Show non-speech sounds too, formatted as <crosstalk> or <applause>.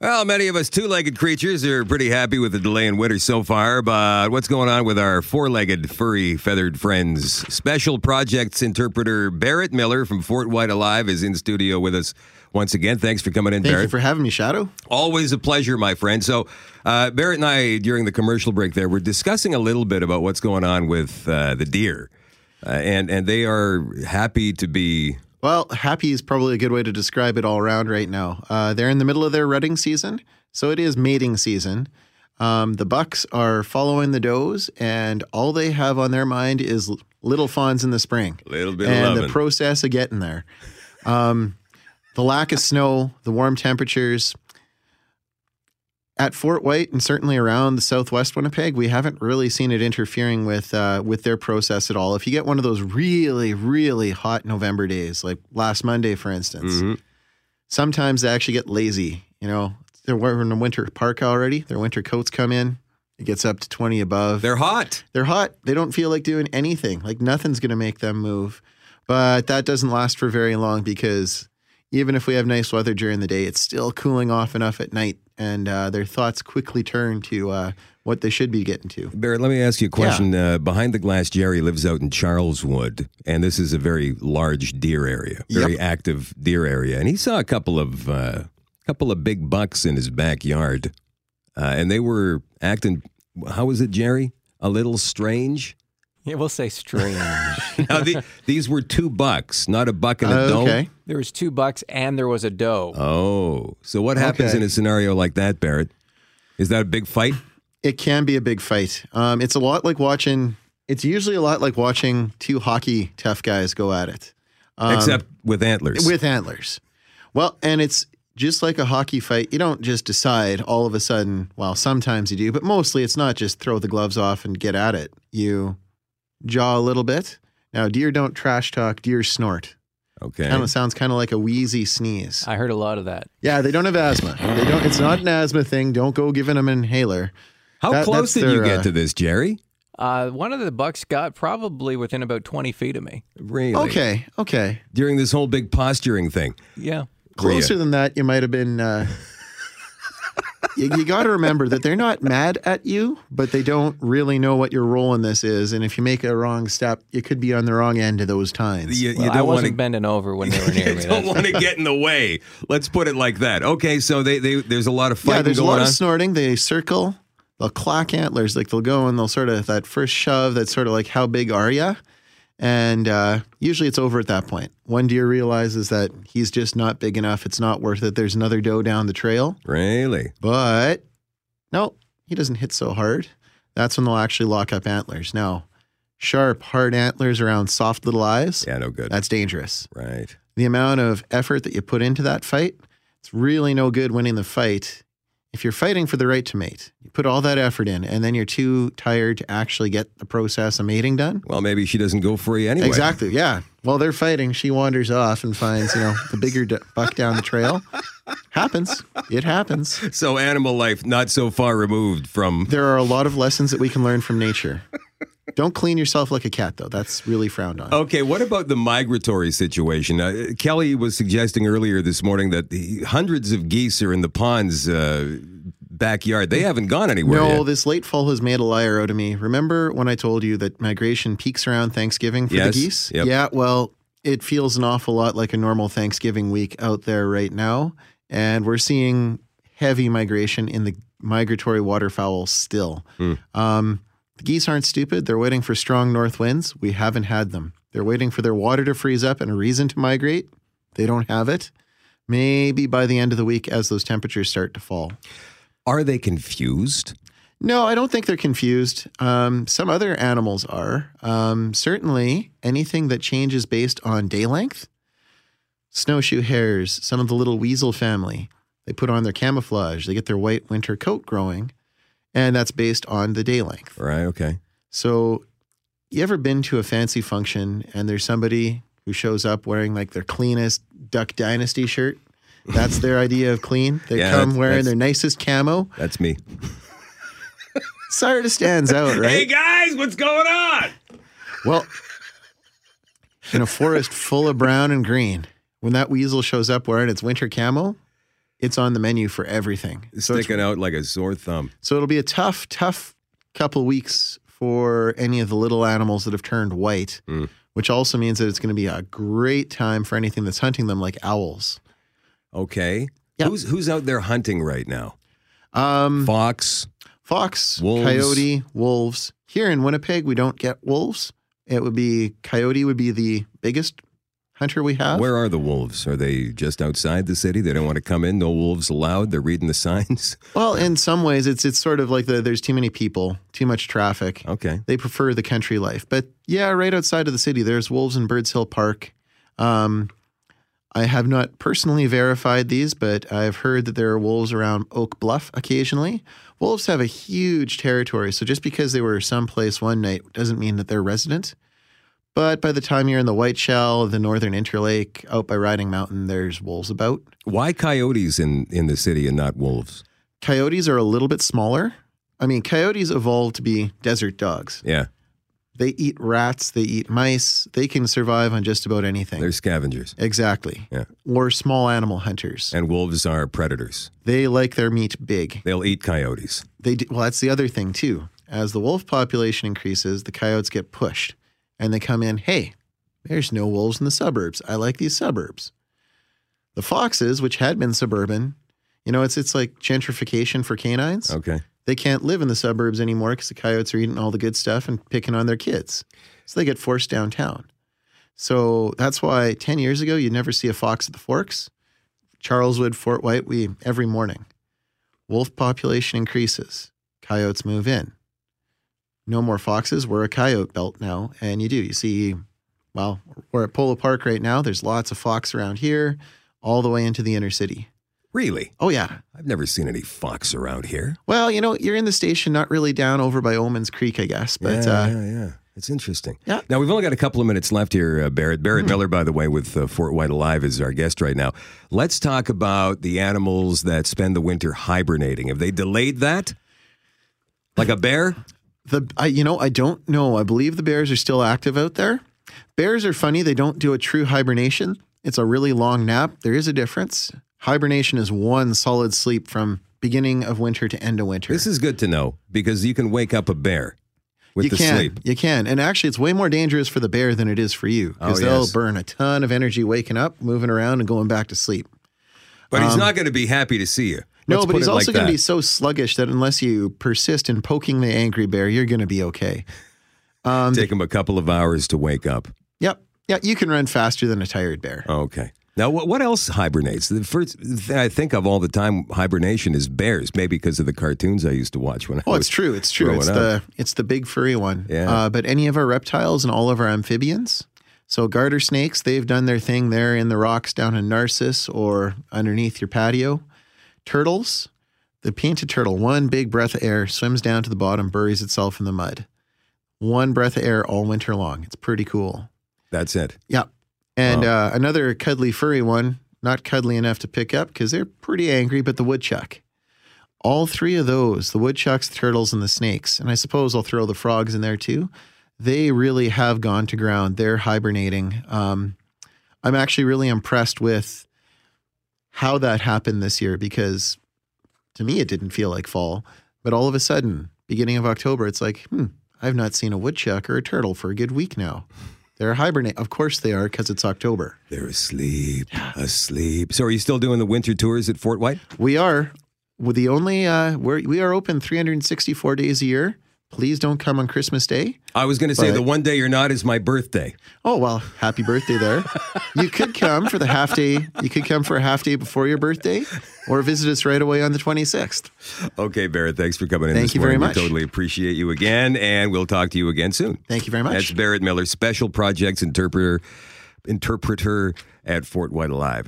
Well, many of us two legged creatures are pretty happy with the delay in winter so far, but what's going on with our four legged, furry, feathered friends? Special Projects interpreter Barrett Miller from Fort White Alive is in studio with us once again. Thanks for coming in, Thank Barrett. you for having me, Shadow. Always a pleasure, my friend. So, uh, Barrett and I, during the commercial break, there, we're discussing a little bit about what's going on with uh, the deer, uh, and and they are happy to be. Well, happy is probably a good way to describe it all around right now. Uh, they're in the middle of their rutting season, so it is mating season. Um, the bucks are following the does, and all they have on their mind is l- little fawns in the spring. Little bit of and lovin'. the process of getting there. Um, the lack of snow, the warm temperatures. At Fort White and certainly around the southwest Winnipeg, we haven't really seen it interfering with uh, with their process at all. If you get one of those really, really hot November days, like last Monday, for instance, Mhm. sometimes they actually get lazy. You know, they're wearing a winter parka already. Their winter coats come in. It gets up to twenty above. They're hot. They're hot. They don't feel like doing anything. Like nothing's going to make them move. But that doesn't last for very long because even if we have nice weather during the day, it's still cooling off enough at night, and uh, their thoughts quickly turn to uh, what they should be getting to. Barrett, let me ask you a question. Uh, Behind the Glass Jerry lives out in Charleswood, and this is a very large deer area, very active deer area. And he saw a couple of uh, couple of big bucks in his backyard, uh, and they were acting. How was it, Jerry? A little strange. <laughs> Yeah, we'll say strange. Now, the, these were two bucks, not a buck and a doe. okay. <laughs> there was two bucks and there was a doe. Oh, so what happens Okay. in a scenario like that, Barrett? Is that a big fight? It can be a big fight. Um, it's a lot like watching. It's usually a lot like watching two hockey tough guys go at it. Um, Except with antlers. With antlers. Well, and it's just like a hockey fight. You don't just decide all of a sudden. Well, sometimes you do, but mostly it's not just throw the gloves off and get at it. You jaw a little bit. Now, deer don't trash talk, deer snort. okay. Kind of sounds kind of like a wheezy sneeze. I heard a lot of that. Yeah, they don't have asthma. They don't. It's not an asthma thing. Don't go giving them an inhaler. How that- close that's did you their, get uh, to this, Jerry? Uh, one of the bucks got probably within about 20 feet of me. Really? Okay, okay. during this whole big posturing thing. Yeah. Closer than that, you might have been. Uh, <laughs> you you got to remember that they're not mad at you, but they don't really know what your role in this is. And if you make a wrong step, you could be on the wrong end of those times. You, you Well, I don't want wasn't to. bending over when they were near You me. <laughs> don't <laughs> That's- want to get in the way. Let's put it like that. Okay, so they, they there's a lot of fighting yeah, there's a going lot on. of snorting. They circle. They'll clack antlers. Like they'll go and they'll sort of that first shove. That's sort of like how big are ya? And uh, usually it's over at that point. One deer realizes that he's just not big enough. It's not worth it. There's another doe down the trail. really? But no, he doesn't hit so hard. That's when they'll actually lock up antlers. Now, sharp, hard antlers around soft little eyes, Yeah, no good. that's dangerous. right. The amount of effort that you put into that fight, it's really no good winning the fight. If you're fighting for the right to mate, you put all that effort in, and then you're too tired to actually get the process of mating done. Well, maybe she doesn't go free anyway. Exactly. Yeah. While they're fighting, she wanders off and finds, you know, the bigger d- buck down the trail. happens. It happens. So animal life not so far removed from. <laughs> there are a lot of lessons that we can learn from nature. Don't clean yourself like a cat, though. That's really frowned on. Okay, what about the migratory situation? Uh, Kelly was suggesting earlier this morning that the hundreds of geese are in the pond's uh, backyard. They haven't gone anywhere no, yet. this late fall has made a liar out of me. Remember when I told you that migration peaks around Thanksgiving for Yes, the geese? yep. Yeah, well, it feels an awful lot like a normal Thanksgiving week out there right now. And we're seeing heavy migration in the migratory waterfowl still. Hmm. Um, the geese aren't stupid. They're waiting for strong north winds. We haven't had them. They're waiting for their water to freeze up and a reason to migrate. They don't have it. Maybe by the end of the week, as those temperatures start to fall. Are they confused? No, I don't think they're confused. Um, some other animals are. Um, certainly, anything that changes based on day length, snowshoe hares, some of the little weasel family, they put on their camouflage, they get their white winter coat growing, and that's based on the day length. Right. Okay. So, you ever been to a fancy function and there's somebody who shows up wearing like their cleanest Duck Dynasty shirt? That's their idea of clean. They <laughs> Yeah, come that's- wearing that's- their nicest camo. That's me. Sarda <laughs> stands out, right? guys, what's going on? Well, in a forest full of brown and green, when that weasel shows up wearing its winter camo, it's on the menu for everything. So, it's- Sticking out like a sore thumb. so it'll be a tough, tough couple weeks for any of the little animals that have turned white, Mm. which also means that it's going to be a great time for anything that's hunting them, like owls. Okay. Yep. Who's who's out there hunting right now? Um, Fox. fox, Wolves. coyote, wolves. Here in Winnipeg, we don't get wolves. It would be coyote would be the biggest hunter we have. Where are the wolves? Are they just outside the city? They don't want to come in. No wolves allowed. They're reading the <laughs> signs. Well, in some ways, it's it's sort of like the, there's too many people, too much traffic. Okay. They prefer the country life, but yeah, right outside of the city, there's wolves in Birds Hill Park. Um, I have not personally verified these, but I've heard that there are wolves around Oak Bluff occasionally. Wolves have a huge territory, so just because they were someplace one night doesn't mean that they're resident. But by the time you're in the White Shell, the Northern Interlake, out by Riding Mountain, there's wolves about. Why coyotes in in the city and not wolves? coyotes are a little bit smaller. I mean, coyotes evolved to be desert dogs. Yeah, They eat rats, they eat mice, they can survive on just about anything. they're scavengers, exactly. Yeah. Or small animal hunters. and wolves are predators. They like their meat big. They'll eat coyotes. They do, well, that's the other thing too. As the wolf population increases, the coyotes get pushed and they come in, "Hey, there's no wolves in the suburbs. I like these suburbs." The foxes, which had been suburban, you know, it's it's like gentrification for canines. Okay. they can't live in the suburbs anymore because the coyotes are eating all the good stuff and picking on their kids. So they get forced downtown. So that's why 10 years ago, you'd never see a fox at the forks. Charleswood, Fort White, we every morning. Wolf population increases, coyotes move in. No more foxes. We're a coyote belt now. And you do. You see, well, we're at Polo Park right now. There's lots of fox around here, all the way into the inner city. Really? Oh, yeah. I've never seen any fox around here. Well, you know, you're in the station, not really down over by Omens Creek, I guess. But yeah, uh, yeah, yeah. It's interesting. Yeah. Mm-hmm. Now we've only got a couple of minutes left here, uh, Barrett. Barrett Miller, by the way, with uh, Fort White Alive, is our guest right now. Let's talk about the animals that spend the winter hibernating. Have they delayed that? Like a bear? the I, you know, I don't know. I believe the bears are still active out there. Bears are funny; they don't do a true hibernation. It's a really long nap. There is a difference. Hibernation is one solid sleep from beginning of winter to end of winter. This is good to know because you can wake up a bear with you the can, sleep. you can, and actually, it's way more dangerous for the bear than it is for you because Oh, they'll yes. burn a ton of energy waking up, moving around, and going back to sleep. But he's not going to be happy to see you. Um, No, Let's but put he's it also like going to that. be so sluggish that unless you persist in poking the angry bear, you're going to be okay. um, take him a couple of hours to wake up. Yep. Yeah, you can run faster than a tired bear. Okay. Now, what, what else hibernates? The first thing I think of all the time hibernation is bears, maybe because of the cartoons I used to watch when I Oh, was. it's true. It's true. growing It's the it's the big furry one. Yeah. Uh, but any of our reptiles and all of our amphibians. So garter snakes, they've done their thing there in the rocks down in Narcissus or underneath your patio. Turtles, the painted turtle, one big breath of air swims down to the bottom, buries itself in the mud. One breath of air all winter long. It's pretty cool. That's it. Yeah. And uh, another cuddly furry one, not cuddly enough to pick up because they're pretty angry, but the woodchuck. All three of those, the woodchucks, the turtles, and the snakes, and I suppose I'll throw the frogs in there too, they really have gone to ground. They're hibernating. Um, I'm actually really impressed with how that happened this year because to me it didn't feel like fall, but all of a sudden, beginning of October, it's like, hmm, I've not seen a woodchuck or a turtle for a good week now. They're hibernate. Of course they are because it's October. They're asleep, asleep. So, are you still doing the winter tours at Fort White? We are with the only uh, we're, we are open 364 days a year. Please don't come on Christmas Day. I was going to say But- the one day you're not is my birthday. Oh well, happy birthday there. you could come for the half day. You could come for a half day before your birthday, or visit us right away on the 26th. Okay, Barrett, thanks for coming in. Thank this you very morning. much. We totally appreciate you again, and we'll talk to you again soon. Thank you very much. That's Barrett Miller, Special Projects Interpreter, interpreter at Fort White Alive.